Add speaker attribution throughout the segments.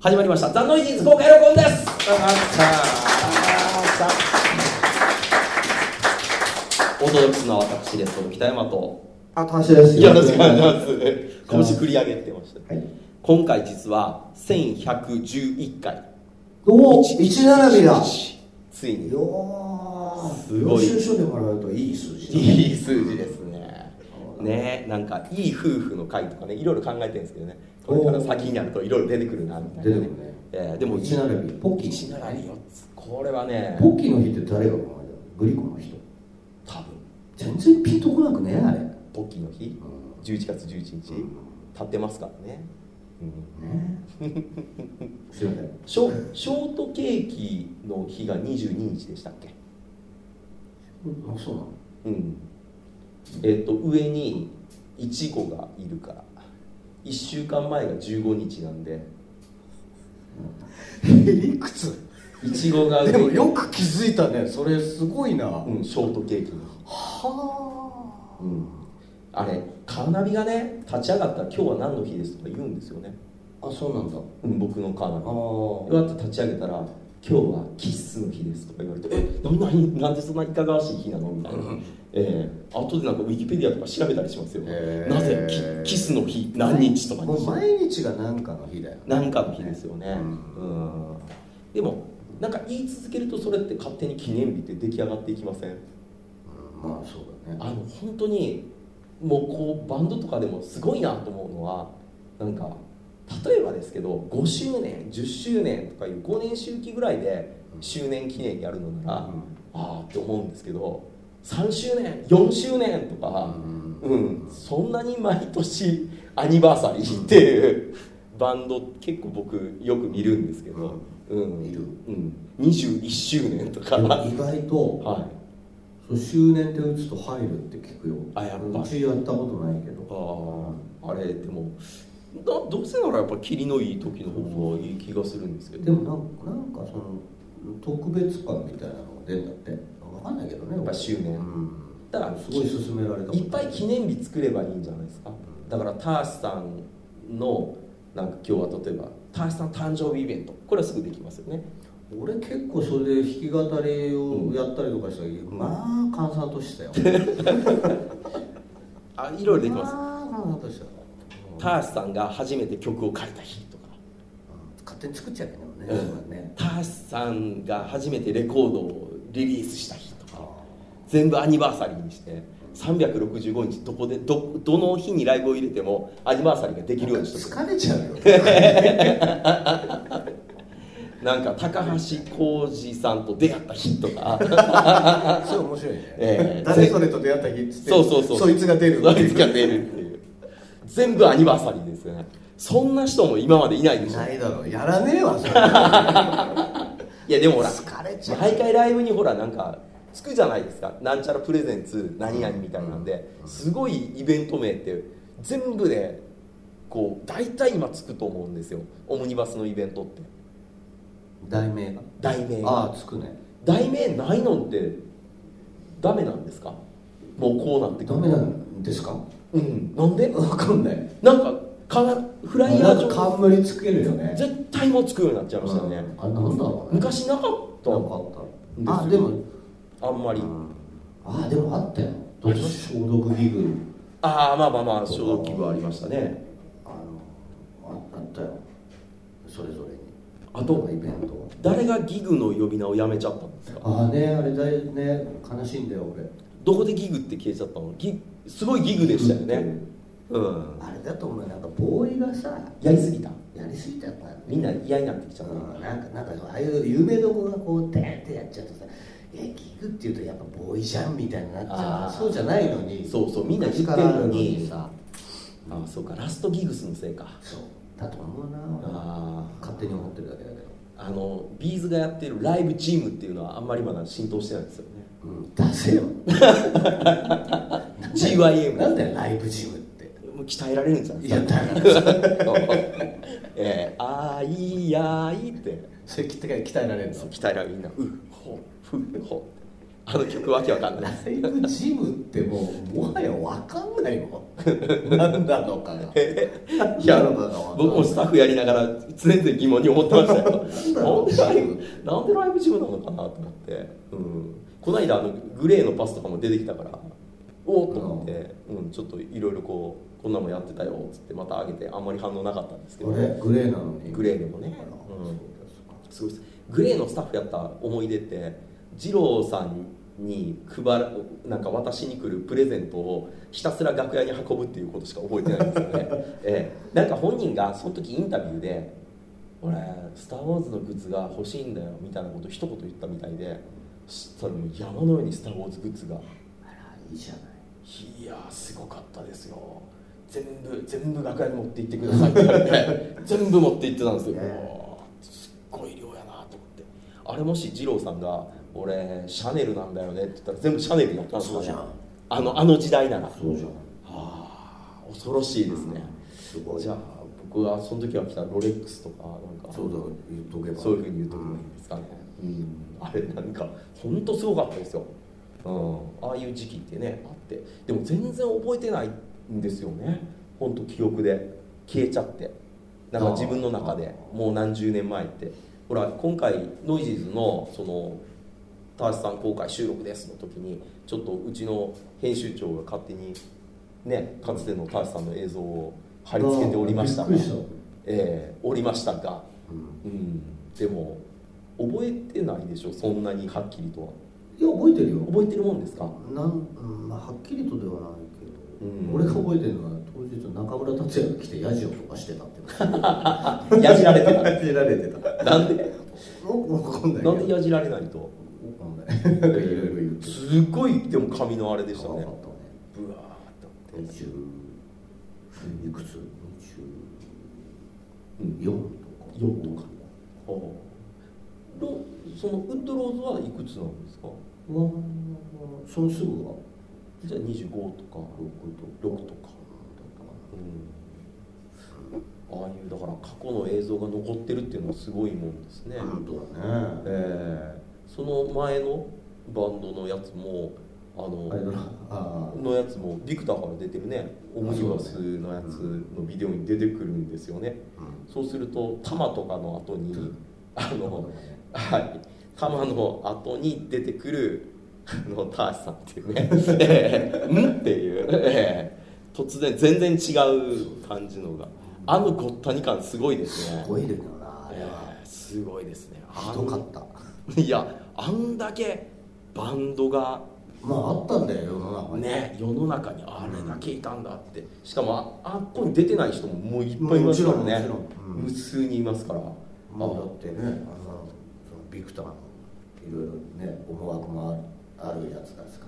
Speaker 1: 始まりました「ザ・ノイジーズ公開録音」ですお届けするのは私ですこの北山と
Speaker 2: あ、田橋です。
Speaker 1: よろしくお願いします
Speaker 2: 願いします
Speaker 1: 拳繰り上げてました
Speaker 2: はい。
Speaker 1: 今回実は1111回
Speaker 2: おお、一並びだ。
Speaker 1: ついに
Speaker 2: よー。
Speaker 1: すごい
Speaker 2: 領収書でもらうといい数字だね。
Speaker 1: いい数字ですねねなんかいい夫婦の会とかねいろいろ考えてるんですけどねこれから先になるといろいろ出てくるなみたい
Speaker 2: 出
Speaker 1: な
Speaker 2: て
Speaker 1: ね
Speaker 2: くるね
Speaker 1: えーでも
Speaker 2: 一並びポッキー
Speaker 1: 一並び四つこれはね
Speaker 2: ポッキーの日って誰が考えたのグリコの人。
Speaker 1: 多分
Speaker 2: 全然ピンとこなくね、あれ。ね。
Speaker 1: ポッキーの日
Speaker 2: うん
Speaker 1: 11月11日
Speaker 2: うん
Speaker 1: 立ってますからね、うん、
Speaker 2: すいません。
Speaker 1: ショショートケーキの日が22日でしたっけ
Speaker 2: あ、そうなの
Speaker 1: うんえっ、と上にイチゴがいるから1週間前が15日なんで
Speaker 3: いくつ
Speaker 1: イチゴが上
Speaker 3: で
Speaker 1: に
Speaker 3: もよく気づいたねそれすごいな、
Speaker 1: うん、ショートケーキの日
Speaker 3: は
Speaker 1: うん、あれカーナビがね立ち上がったら今日は何の日ですとか言うんですよね、
Speaker 3: ああそうなんだ
Speaker 1: うん、僕のカーナビ
Speaker 3: あ
Speaker 1: うわって立ち上げたら「今日はキッスの日です」とか言われて「え何何なんでそんないかがわしい日なの?」みたいな、えー、後でなんかウィキペディアとか調べたりしますよ、
Speaker 3: へー
Speaker 1: なぜキキスの日何日とか
Speaker 3: もう
Speaker 1: に
Speaker 3: 毎日が何かの日だよね
Speaker 1: 何かの日ですよねう
Speaker 3: うん
Speaker 1: でもなんか言い続けるとそれって勝手に記念日って出来上がっていきません
Speaker 3: うんまあそうだね
Speaker 1: あの本当にもうこうバンドとかでもすごいなと思うのはなんか例えばですけど5周年10周年とかいう5年周期ぐらいで周年記念やるのなら、
Speaker 3: うん
Speaker 1: ああって思うんですけど3周年4周年とか、
Speaker 3: うん
Speaker 1: うんそんなに毎年アニバーサリーっていうバンド結構僕よく見るんですけど、うん
Speaker 3: 見る
Speaker 1: うん、21周年とか、
Speaker 2: で
Speaker 1: は
Speaker 2: も意外と、
Speaker 1: い、
Speaker 2: そう周年で打つと入るって聞くよ。
Speaker 1: あやっぱ
Speaker 2: うちやったことないけど。
Speaker 1: あああれでもなどうせならやっぱ霧のいい時の方がいい気がするんですけど
Speaker 2: でもなんか、なんかその、特別感みたいなのが出るんだって。わかんないけどね。
Speaker 1: やっぱ周年
Speaker 2: うん。
Speaker 1: だから
Speaker 2: すごい勧められた
Speaker 1: いっぱい記念日作ればいいんじゃないですかだからターシさんのなんか今日は例えばターシさん誕生日イベントこれはすぐできますよね
Speaker 2: 俺結構それで弾き語りをやったりとかしたけど、まあ閑散としてたよ
Speaker 1: あいろいろできます
Speaker 2: まあ閑散としてた
Speaker 1: ターシさんが初めて曲を書いた日とか
Speaker 2: 勝手に作っちゃうけどね、
Speaker 1: うん
Speaker 2: そうだね
Speaker 1: ターシさんが初めてレコードをリリースした日とか
Speaker 2: あ
Speaker 1: 全部アニバーサリーにして365日どこでどどの日にライブを入れてもアニバーサリーができるようにして
Speaker 3: 疲れちゃうよ
Speaker 1: なんか高橋浩二さんと出会った日と か、
Speaker 3: それ面白いね、
Speaker 1: ええ
Speaker 3: 誰それと出会った日っつって
Speaker 1: そうそうそう
Speaker 3: そいつが出る
Speaker 1: そいつが出るっていう全部アニバーサリーですねそんな人も今までいないでしょ
Speaker 3: ないだろやらねえわそれ
Speaker 1: いやでもほら
Speaker 3: 疲れちゃう
Speaker 1: 毎回ライブにほらなんかつくじゃないですかなんちゃらプレゼンツ何々みたいなんで、すごいイベント名って全部でこう大体今つくと思うんですよオムニバスのイベントって
Speaker 2: 題名が
Speaker 1: 題名が
Speaker 2: ああつくね
Speaker 1: 題名ないのってダメなんですかもうこうなってく
Speaker 2: ダ
Speaker 1: る
Speaker 2: メなんですか
Speaker 1: うんなんで
Speaker 2: 分かんない
Speaker 1: なんかかフライヤ
Speaker 2: な
Speaker 1: ー
Speaker 2: んか
Speaker 1: 上
Speaker 2: 冠つけるよね
Speaker 1: 絶対もうつくようになっちゃいましたよね、
Speaker 2: うんあれなんだろうね
Speaker 1: 昔なかった
Speaker 2: なんかあったあ
Speaker 1: ん
Speaker 2: で
Speaker 1: ですよ
Speaker 2: も
Speaker 1: あんまり、
Speaker 2: あでもあったよどうし消毒器具
Speaker 1: ああまあまあまあ消毒器具はありましたね
Speaker 2: あのああったよそれぞれに
Speaker 1: あと
Speaker 2: イベントは
Speaker 1: 誰がギグの呼び名をやめちゃったんですか
Speaker 2: ああねあれだよね悲しいんだよ俺
Speaker 1: どこでギグって消えちゃったのギすごいギグでしたよねうん
Speaker 2: あれだと思うよなんかボーイがさ
Speaker 1: やりすぎた
Speaker 2: やりすぎたんだよね
Speaker 1: みんな嫌になってきちゃった、
Speaker 2: うんなんかなんかああいう有名どこがこうテーってやっちゃうとさ「えギグっていうとやっぱボーイじゃん」みたいになっちゃ
Speaker 1: あ
Speaker 2: う
Speaker 1: ー
Speaker 2: そうじゃないのに
Speaker 1: そうそうみんな言って
Speaker 2: 昔
Speaker 1: る
Speaker 2: からあ
Speaker 1: の
Speaker 2: る
Speaker 1: に
Speaker 2: さ
Speaker 1: ああそうかラストギグスのせいか
Speaker 2: そうだと思うな俺
Speaker 1: ああ
Speaker 2: 勝手に思ってるだけだけど、
Speaker 1: あのビーズがやってるライブチームっていうのはあんまりまだ浸透してないんですよね
Speaker 2: うん、出せ よ
Speaker 1: GYM
Speaker 2: なんだよライブジムって
Speaker 1: もう鍛えられるんじゃないで
Speaker 2: い
Speaker 1: す
Speaker 2: や
Speaker 1: か
Speaker 2: だ から
Speaker 1: えー、あいやいって
Speaker 3: それ鍛え鍛えられるの
Speaker 1: 鍛えられるみんなうほうふほうあの曲わけわかんない
Speaker 2: ライブジムってもうもはやわかんないもん何なのかが
Speaker 1: いや
Speaker 2: 何なのかわかんない
Speaker 1: 僕もスタッフやりながら常々疑問に思ってましたよなんでライブなんでラ イブジムなのかなと思って、うん、この間あのグレーのパスとかも出てきたからおおと思って、うん、ちょっといろいろこうこんなもんやってたよっつってまた上げてあんまり反応なかったんですけど
Speaker 3: これグレーなのに
Speaker 1: グレーでもね
Speaker 3: あら、
Speaker 1: うん、すごいですグレーのスタッフやった思い出って二郎さんに配らなんか渡しに来るプレゼントをひたすら楽屋に運ぶっていうことしか覚えてないんですよね、ええ、なんか本人がその時インタビューで「俺スター・ウォーズのグッズが欲しいんだよ」みたいなこと一言言ったみたいでそしたらもう山のように「スター・ウォーズ」グッズが
Speaker 2: あらいいじゃない
Speaker 1: いやーすごかったですよ全部全部楽屋に持って行ってくださいって言われて 全部持って行ってたんですよ、
Speaker 2: ね
Speaker 1: もうすっごい量やなと思ってあれもし二郎さんが「俺シャネルなんだよね」って言ったら全部シャネルになったんですよ、
Speaker 2: そうじゃん
Speaker 1: あのあの時代ならは
Speaker 2: そうじゃん
Speaker 1: あ恐ろしいですね、
Speaker 2: すごい
Speaker 1: じゃあ僕はその時は来たロレックスとかなんか
Speaker 3: そうだ言っとけば
Speaker 1: そういうふうに言うと思うんですかね、うん、あれなんか本当すごかったですよ、うん、ああいう時期ってねあってでも全然覚えてないんですよね本当記憶で消えちゃってなんか自分の中でもう何十年前ってほら今回ノイジーズのその「田橋さん公開収録です」の時にちょっとうちの編集長が勝手にねかつての田橋さんの映像を貼り付けておりましたが
Speaker 2: びっくりした
Speaker 1: ええおりましたが
Speaker 3: うん
Speaker 1: うん、でも覚えてないでしょそんなにはっきりとはい
Speaker 2: や覚えてるよ
Speaker 1: 覚えてるもんですか
Speaker 2: なん、うんまあ、はっきりとではないけど、
Speaker 1: うん
Speaker 2: 俺が覚えてるのは当日中村達也が来てヤジをとかしてたってこ と
Speaker 1: やじられて た
Speaker 3: やじられてた
Speaker 1: なん で
Speaker 2: わかんな
Speaker 1: な
Speaker 2: いけど
Speaker 1: んでやじられないと
Speaker 3: いろいろ言って
Speaker 1: すごいでも髪のあれでした
Speaker 2: かわ
Speaker 1: ね
Speaker 2: かったね
Speaker 1: ブワーって思って
Speaker 2: 20いくつ
Speaker 1: うん
Speaker 2: ?24 とか
Speaker 1: 4とかはあロそのウッドローズはいくつなんですか
Speaker 2: うわそのすぐは
Speaker 1: じゃあ25とか6とかうんああいうだから過去の映像が残ってるっていうのはすごいもんですね、
Speaker 2: 本当
Speaker 3: ね
Speaker 1: えーその前のバンドのやつもあ
Speaker 2: あれだ
Speaker 1: の
Speaker 2: なあ
Speaker 1: のやつもビクターから出てるねオムニバスのやつのビデオに出てくるんですよねそうすると「タマ」とかの後にあのはい「タマ」の後に出てくるあのターシさんっていうね「えーん?」って いう、えー突然全然違う感じのがあのごったに感すごいですね
Speaker 2: あすごいよなあれは
Speaker 1: えーすごいですねあ
Speaker 2: ひ
Speaker 1: の
Speaker 2: どかった
Speaker 1: いやあんだけバンドが
Speaker 2: まああったんだよ世の中に
Speaker 1: ね世の中にあれだけいたんだってしかもああっこに出てない人ももういっぱいいますからね
Speaker 2: もちろんもちろんうん
Speaker 1: 無数にいますから、
Speaker 2: まあだってねあのそのビクターのいろいろね思惑もあるやつですか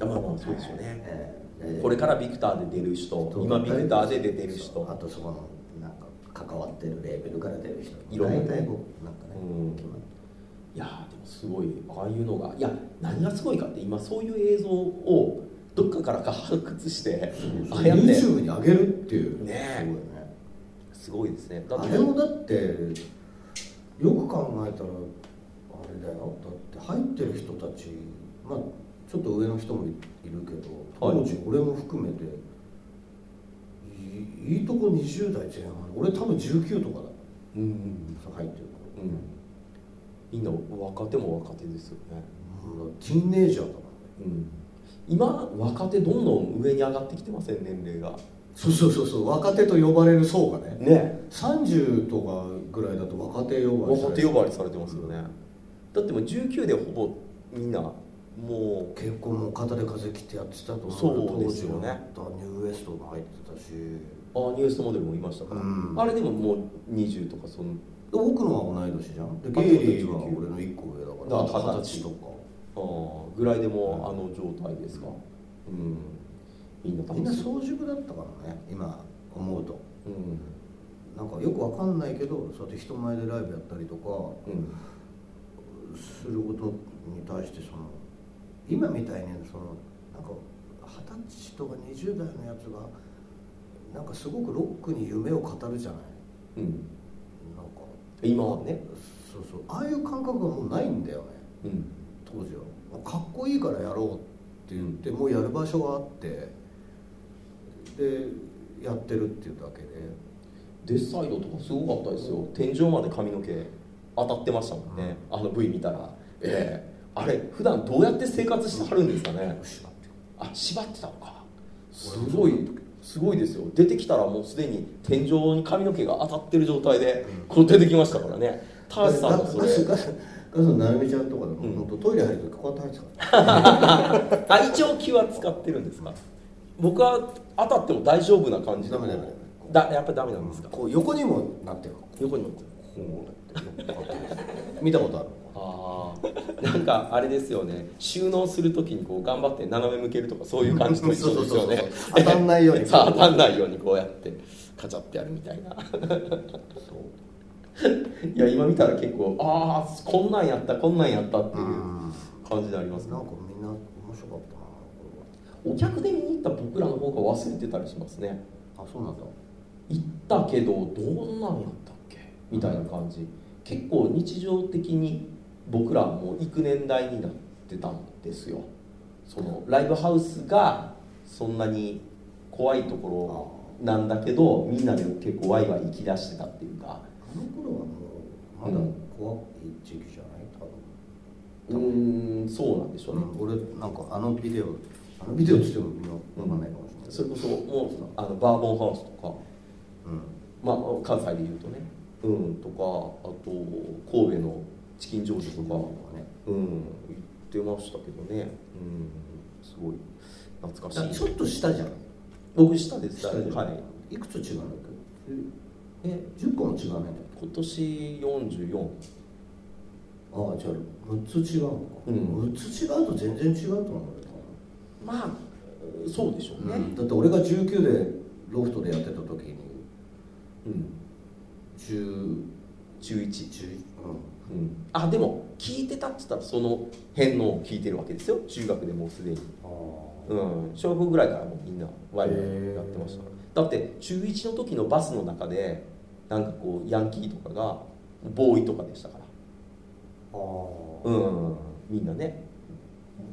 Speaker 2: ら
Speaker 1: あまあまあそうですよね、
Speaker 2: ええ
Speaker 1: これからビクターで出る人今ビクターで出てる
Speaker 2: そうあ
Speaker 1: 人
Speaker 2: とそこのなんか関わってるレーベルから出る人
Speaker 1: いろんな
Speaker 2: 大体こうなんかね、
Speaker 1: うん
Speaker 2: 決まって
Speaker 1: いやーでもすごいああいうのがいや何がすごいかって今そういう映像をどっかからか発掘してああやって
Speaker 3: YouTube に上げるっていう
Speaker 1: ね
Speaker 2: すご
Speaker 1: えすご
Speaker 2: いね
Speaker 1: いですねだっ
Speaker 2: あ
Speaker 1: て
Speaker 2: れもだってよく考えたらあれだよだって入ってる人たちまあちょっと上の人もいいるけど
Speaker 1: はい
Speaker 2: 当時俺も含めていいいとこ20代前半俺多分19とかだ
Speaker 1: うんうん
Speaker 2: 入ってる
Speaker 1: うんうんみんな若手も若手ですよね
Speaker 2: 頃、うん、ティーンネイジャーだもんね
Speaker 1: うん、今若手どんどん上に上がってきてません年齢が
Speaker 3: そうそうそうそう若手と呼ばれる層がね
Speaker 1: ね
Speaker 3: 30とかぐらいだと若手呼ばれ
Speaker 1: 若手呼ばわりされてますよね、だってもう19でほぼみんなも
Speaker 2: 結構もう肩で風切ってやってたと思
Speaker 1: そうですよね
Speaker 2: 当時はニューウエストも入ってたし
Speaker 1: うああニュースモデルもいましたから、
Speaker 2: うん
Speaker 1: あれでももう20とかその
Speaker 2: 奥野は同い年じゃんで
Speaker 1: あ
Speaker 2: ゲイリーは俺の一個上だ
Speaker 1: だか
Speaker 2: からら
Speaker 1: 二
Speaker 2: 二
Speaker 1: 十歳
Speaker 2: 十歳とか
Speaker 1: ああぐらいでもあの状態ですかうんみんな多
Speaker 2: みん
Speaker 1: 分
Speaker 2: な
Speaker 1: そう
Speaker 2: 早熟だったからね今思うと
Speaker 1: うん
Speaker 2: なんかよくわかんないけどそうやって人前でライブやったりと
Speaker 1: う
Speaker 2: か
Speaker 1: ん
Speaker 2: することに対してその今みたいにそのなんか二十歳とか20代のやつがなんかすごくロックに夢を語るじゃない
Speaker 1: うん
Speaker 2: なんか
Speaker 1: 今はね
Speaker 2: そうそうああいう感覚がもうないんだよね
Speaker 1: うん
Speaker 2: 当当時はかっこいいからやろうって言って、もうやる場所があってでやってるっていうだけで
Speaker 1: デスサイドとかすごかったですよ天井まで髪の毛当たってましたもんね、あの V 見たらええあれ普段どうやって生活してはるんですかね、
Speaker 2: 縛って
Speaker 1: あ縛ってたのかすごいすごいですよ出てきたらもうすでに天井に髪の毛が当たってる状態でこう出てきましたからね田橋さんがそれ
Speaker 2: ガスガスのなるみちゃんとかでも、本当トイレ入る時こうやって入ってたから
Speaker 1: あ一応気は使ってるんですか僕は当たっても大丈夫な感じで
Speaker 2: ダメダメ
Speaker 1: だやっぱダメなんですか、
Speaker 2: こう横にもなってる
Speaker 1: 横に持って
Speaker 2: こうなってる見たことある
Speaker 1: ああなんかあれですよね収納するときにこう頑張って斜め向けるとかそういう感じと一緒ですよね
Speaker 2: そうそうそうそう当たんないように
Speaker 1: さあ当たんないようにこうやってカチャってやるみたいないや今見たら結構ああこんなんやったこんなんやったっていう感じでありますね
Speaker 2: なんかみんな面白かったなこ
Speaker 1: お客で見に行った僕らの方が忘れてたりしますね
Speaker 2: れはあそうなんだ
Speaker 1: 行ったけどどんなんやったっけみたいな感じ結構日常的に僕らも行く年代になってたんですよそのライブハウスがそんなに怖いところなんだけどみんなで結構ワイワイ行き出してたっていうか
Speaker 2: あの頃はもうまだ怖い時期じゃない多分
Speaker 1: うーんそうなんでしょうね、
Speaker 2: 俺なんかあのビデオあのビデオっつってもみんな分かんないかもしれない、
Speaker 1: それこそもうあのバーボンハウスとか
Speaker 2: うん
Speaker 1: まあ関西でいうとねうんとかあと神戸のチキンジョージとか
Speaker 2: ね
Speaker 1: うん、言ってましたけどね、うん、すごい懐か
Speaker 2: ち
Speaker 1: し
Speaker 2: ょ
Speaker 1: い。
Speaker 2: っと下じゃん
Speaker 1: 僕下です。
Speaker 2: 下じゃん、
Speaker 1: はい。
Speaker 2: い、くつ違うんだっ
Speaker 1: え、
Speaker 2: け10個も違わないんだっ
Speaker 1: 今年四十四。
Speaker 2: けああじゃあ6つ違うのか、
Speaker 1: うん
Speaker 2: 6つ違うと全然違うと思うんだよ
Speaker 1: まあ、そうでしょ
Speaker 2: 多分、だって俺が19でロフトでやってた時に
Speaker 1: うん、
Speaker 2: 10
Speaker 1: 十一。
Speaker 2: 11
Speaker 1: うん。あ、でも聞いてたって言ったらその辺のを聞いてるわけですよ。中学でもうすでに。
Speaker 2: うん
Speaker 1: うん、小学校ぐらいからもうみんなワイワイやってましたからだって中1の時のバスの中でなんかこうヤンキーとかがボーイとかでしたから
Speaker 2: ああ
Speaker 1: うん、みんなね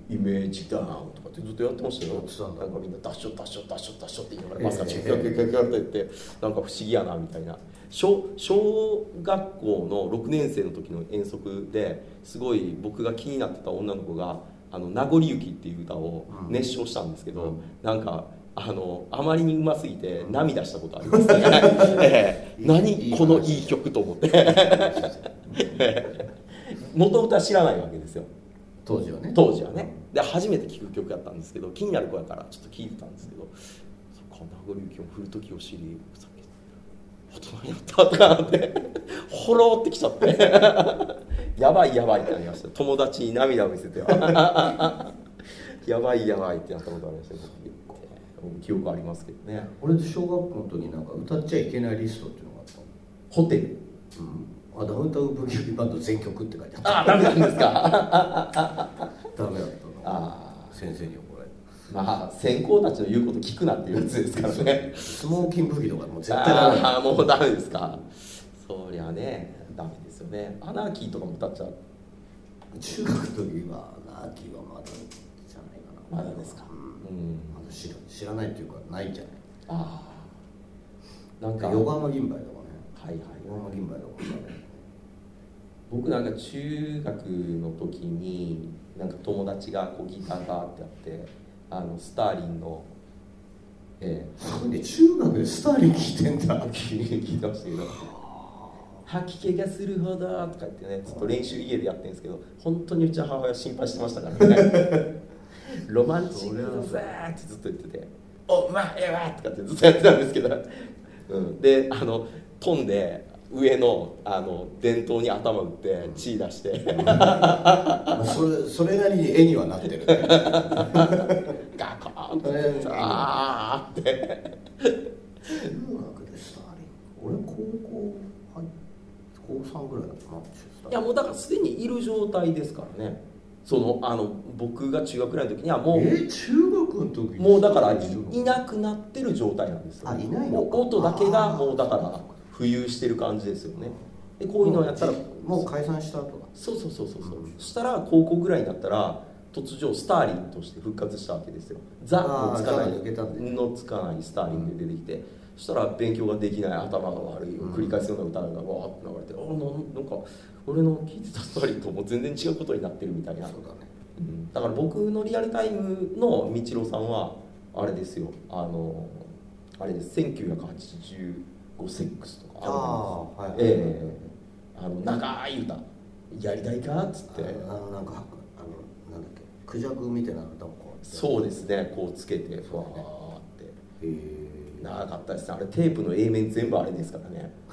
Speaker 1: イメージダウンとかってずっとやってましたよ
Speaker 2: やってたんだ
Speaker 1: なんかみんなダッシュダッシュダッシュダッシュって言いなが
Speaker 2: え
Speaker 1: ら
Speaker 2: え
Speaker 1: バスがキャキャキャキャキャって言ってなんか不思議やなみたいな小小学校の6年生の時の遠足ですごい僕が気になってた女の子が「あの名残雪」っていう歌を
Speaker 2: うん
Speaker 1: 熱唱したんですけど、
Speaker 2: うん
Speaker 1: なんかあのあまりにうますぎて涙したことあります ね、ええ
Speaker 2: いい
Speaker 1: 何
Speaker 2: 話
Speaker 1: このいい曲と思って元々は知らないわけですよ
Speaker 2: 当時はね
Speaker 1: 当時はねで初めて聴く曲やったんですけど気になる子やからちょっと聴いてたんですけど「そっか名残雪を振る時を知りお酒大人になった」とかなってほろーってきちゃって やばいやばいってなりました友達に涙を見せて はやばいやばいってなったことありました僕僕記憶ありますけどね
Speaker 2: 俺小学校の時になんか歌っちゃいけないリストっていうのがあったの
Speaker 1: ホテル
Speaker 2: うん、あダウンタウンブギウギバンド全曲って書いてあっ
Speaker 1: ああダメなんですか
Speaker 2: たダメだったの
Speaker 1: あ
Speaker 2: 先生に怒られた
Speaker 1: ーまあ先行たちの言うこと聞くなっていうやつですからね
Speaker 2: スモーキンブギとかもう絶対ダメだ
Speaker 1: ああーもうダメですかそりゃねダメですよねアナーキーとかも歌っちゃう
Speaker 2: 中学の時はアーキーはまだじゃないかな
Speaker 1: まだですか
Speaker 2: うん
Speaker 1: うん
Speaker 2: まだ知ら知らないっていうかないんじゃない
Speaker 1: ああなんか
Speaker 2: 横
Speaker 1: は
Speaker 2: 浜銀杯とかね
Speaker 1: いはい
Speaker 2: 横浜銀杯とかもダメ
Speaker 1: 僕なんか中学の時になんか友達がこうギターがってあってあのスターリンのえ
Speaker 2: すごいね中学でスターリン聞いてん
Speaker 1: え
Speaker 2: だ
Speaker 1: 聞いてましたけど吐き気がするほどとか言ってねずっと練習家でやってるんですけど本当にうちの母親心配してましたから ねロマンチックだぜーってずっと言ってて「お前は!」とかってずっとやってたんですけど、うん、であの飛んで上のあの電灯に頭打って血出して
Speaker 2: まあそれそれなりに絵にはなってるね
Speaker 1: ガコーンって
Speaker 2: えー
Speaker 1: あーって
Speaker 2: 中学でスターリン俺高校入っ高3ぐらいだったかなスターリン
Speaker 1: いやもうだからすでにいる状態ですからねそのあの僕が中学ぐらいの時にはもう
Speaker 2: え中学の時に
Speaker 1: もうだからいいなくなってる状態なんですよ
Speaker 2: あいないのか
Speaker 1: お音だけが
Speaker 2: あー
Speaker 1: もうだから浮遊してる感じですよねでこういうのをやったら
Speaker 2: もう解散したとか
Speaker 1: そうそうそうそうそう、
Speaker 2: うん
Speaker 1: そしたら高校ぐらいになったら突如スターリンとして復活したわけですよザの
Speaker 2: あー
Speaker 1: つかない
Speaker 2: ザが抜けたんで
Speaker 1: のつかないスターリンで出てきて、そしたら勉強ができない頭が悪いを繰り返すような歌がわーって流れて、ああなんなんか俺の聴いてたスターリンともう全然違うことになってるみたいな
Speaker 2: そうだね
Speaker 1: うんだから僕のリアルタイムのみちろさんはあれですよあのあれです1985セックスとか
Speaker 2: ああはい
Speaker 1: ええあの長い歌やりたいかっつっ
Speaker 2: あ
Speaker 1: て
Speaker 2: のあのなんかあのなんだっけクジャクみたいな歌をこうう
Speaker 1: そうですねこうつけてふわーっ
Speaker 3: へ
Speaker 1: て
Speaker 3: え
Speaker 1: 長かったですねあれテープの A 面全部あれですからね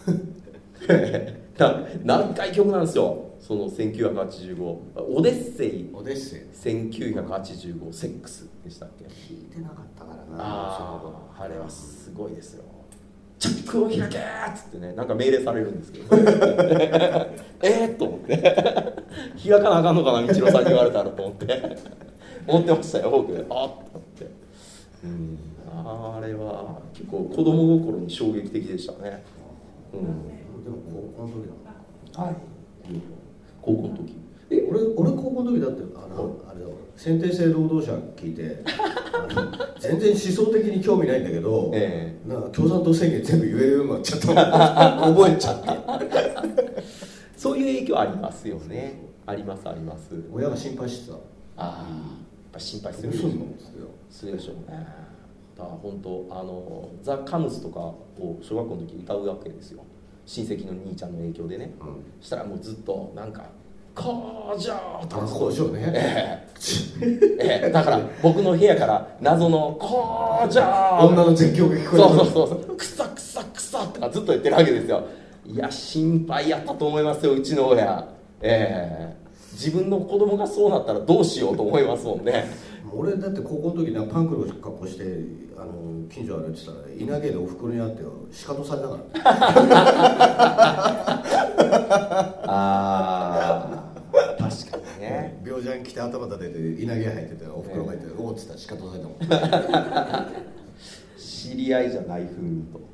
Speaker 1: な何回曲なんですよその1985オデッセイ
Speaker 3: オデッセイ
Speaker 1: 1985セックスでしたっけ
Speaker 2: 聞いてなかったからな
Speaker 1: あ
Speaker 2: そ
Speaker 1: ああ
Speaker 2: の
Speaker 1: れは
Speaker 2: そ
Speaker 1: すごいですよチャックを開けーっつってねなんか命令されるんですけど えーっと思って開かなあかんのかな道郎さんに言われたらと思って思ってましたよ僕あっと思ってうんあれは結構子供心に衝撃的でしたねうん
Speaker 2: うでも高校の時だもん
Speaker 1: はい高校の時
Speaker 2: え俺俺高校の時だってあの、あれだわ
Speaker 3: 先天性労働者聞いてあの全然思想的に興味ないんだけど、
Speaker 1: え
Speaker 3: なんか共産党宣言全部言えるようになっちゃった覚えちゃって
Speaker 1: そういう影響ありますよねありますあります
Speaker 3: 親が心配してた
Speaker 1: ああやっぱ心配す
Speaker 3: ど
Speaker 1: る
Speaker 3: う
Speaker 1: ですしょ
Speaker 3: んのって言って
Speaker 1: するでしょうねだから本当あのザ・カムズとかを小学校の時歌うわけですよ親戚の兄ちゃんの影響でね
Speaker 3: たよ、
Speaker 1: そしたらもうずっとなんか「工場」と
Speaker 3: 炭
Speaker 1: か
Speaker 3: 素工場ね
Speaker 1: ええええだから僕の部屋から謎の「工場」
Speaker 3: 女の絶叫が聞こえ
Speaker 1: そ
Speaker 3: て
Speaker 1: うそうそうそう「くさくさくさ」とかずっと言ってるわけですよいや心配やったと思いますようちの親ええ自分の子供がそうなったらどうしようと思いますもんね
Speaker 3: 俺だって高校の時なパンクの格好してあの近所歩いてたら稲毛でおふくろに会って仕方されながらね
Speaker 1: ああ確かにね
Speaker 3: 病じゃん着て頭立てて稲毛入ってておふくろがいて「おお」っつったら仕方されたもん
Speaker 1: 知り合いじゃない風に
Speaker 4: 分
Speaker 1: と
Speaker 4: だ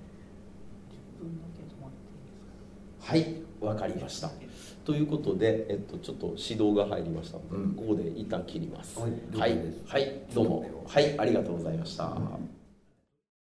Speaker 4: け止まっていいですか
Speaker 1: はいわかりましたということで、えっと、ちょっと指導が入りましたので、
Speaker 3: うん
Speaker 1: ここで一旦切ります
Speaker 2: はい了
Speaker 1: はい
Speaker 2: 解です、
Speaker 1: はいどうもはいありがとうございました、